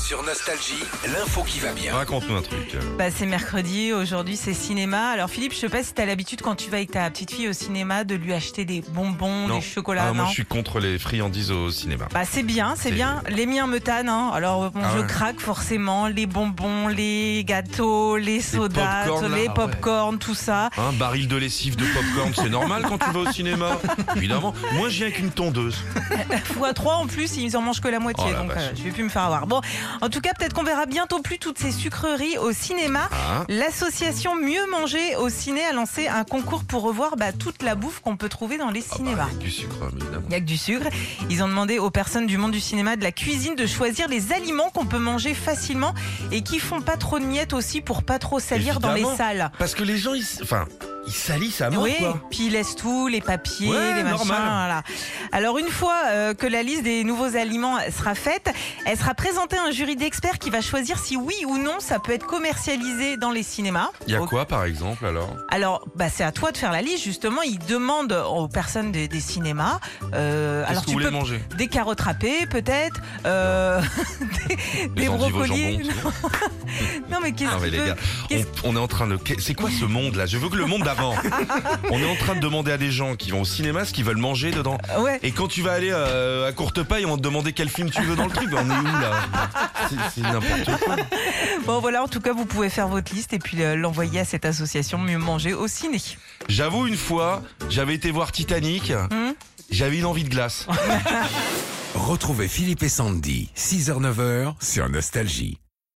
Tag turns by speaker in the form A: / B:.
A: Sur Nostalgie, l'info qui va bien.
B: Raconte-nous un truc.
C: Bah, c'est mercredi, aujourd'hui c'est cinéma. Alors Philippe, je sais pas si t'as l'habitude quand tu vas avec ta petite fille au cinéma de lui acheter des bonbons, des chocolats,
B: Ah, moi,
C: non
B: je suis contre les friandises au cinéma.
C: Bah c'est bien, c'est
B: C'est-
C: bien. Les miens me tannent, hein. alors bon,
B: Ah
C: je
B: ouais.
C: craque forcément. Les bonbons, les gâteaux, les sodas,
B: pop-corn, là,
C: les
B: ah ouais.
C: pop-corn, tout ça.
B: Un Hein, baril de lessive de popcorn, c'est normal quand tu vas au cinéma. Évidemment. Moi, je viens avec une tondeuse.
C: Fois trois en plus, ils en mangent que la moitié,
B: Oh la
C: donc
B: vache.
C: euh, je vais plus me faire avoir. Bon, en tout cas, peut-être qu'on verra bientôt plus toutes ces sucreries au cinéma.
B: Ah.
C: L'association Mieux Manger au ciné a lancé un concours pour revoir bah, toute la bouffe qu'on peut trouver dans les
B: Ah bah,
C: cinémas.
B: avec du sucre, évidemment.
C: Il n'y a que du sucre. Ils ont demandé aux personnes du monde du cinéma, de la cuisine, de choisir les aliments qu'on peut manger facilement et qui font pas trop de miettes aussi pour pas trop salir dans les
B: Évidemment.
C: salles.
B: Parce que les gens, ils, s- enfin, ils salissent à mort,
C: oui,
B: quoi.
C: puis ils laissent tout, les papiers,
B: Ouais,
C: les machins.
B: normal.
C: voilà. Alors une fois euh, que la liste des nouveaux aliments sera faite, elle sera présentée à un jury d'experts qui va choisir si oui ou non ça peut être commercialisé dans les cinémas.
B: Il y a
C: Ok.
B: quoi, par exemple, alors
C: Alors, bah, c'est à toi de faire la liste. Justement, ils demandent aux personnes des, des cinémas. euh,
B: Qu'est-ce
C: alors,
B: que vous
C: tu
B: voulez
C: peux
B: manger
C: des carottes râpées, peut-être, euh, des, des
B: Les endives au
C: brocolis.
B: jambon, tu vois
C: Non, mais qu'est-ce
B: Non, mais
C: que tu
B: les
C: veux
B: gars, on, on est en train de. qu'est- C'est quoi ce monde là Je veux que le monde d'avant. on est en train de demander à des gens qui vont au cinéma ce qu'ils veulent manger dedans.
C: Ouais.
B: Et quand tu vas aller euh, à courte paille, on va te demander quel film tu veux dans le truc. On est où là C'est- C'est n'importe quoi.
C: Bon, voilà, en tout cas, vous pouvez faire votre liste et puis euh, l'envoyer à cette association Mieux Manger au ciné.
B: J'avoue, une fois, j'avais été voir Titanic. J'avais une envie de glace.
A: Retrouvez Philippe et Sandy, 6h-9h sur Nostalgie.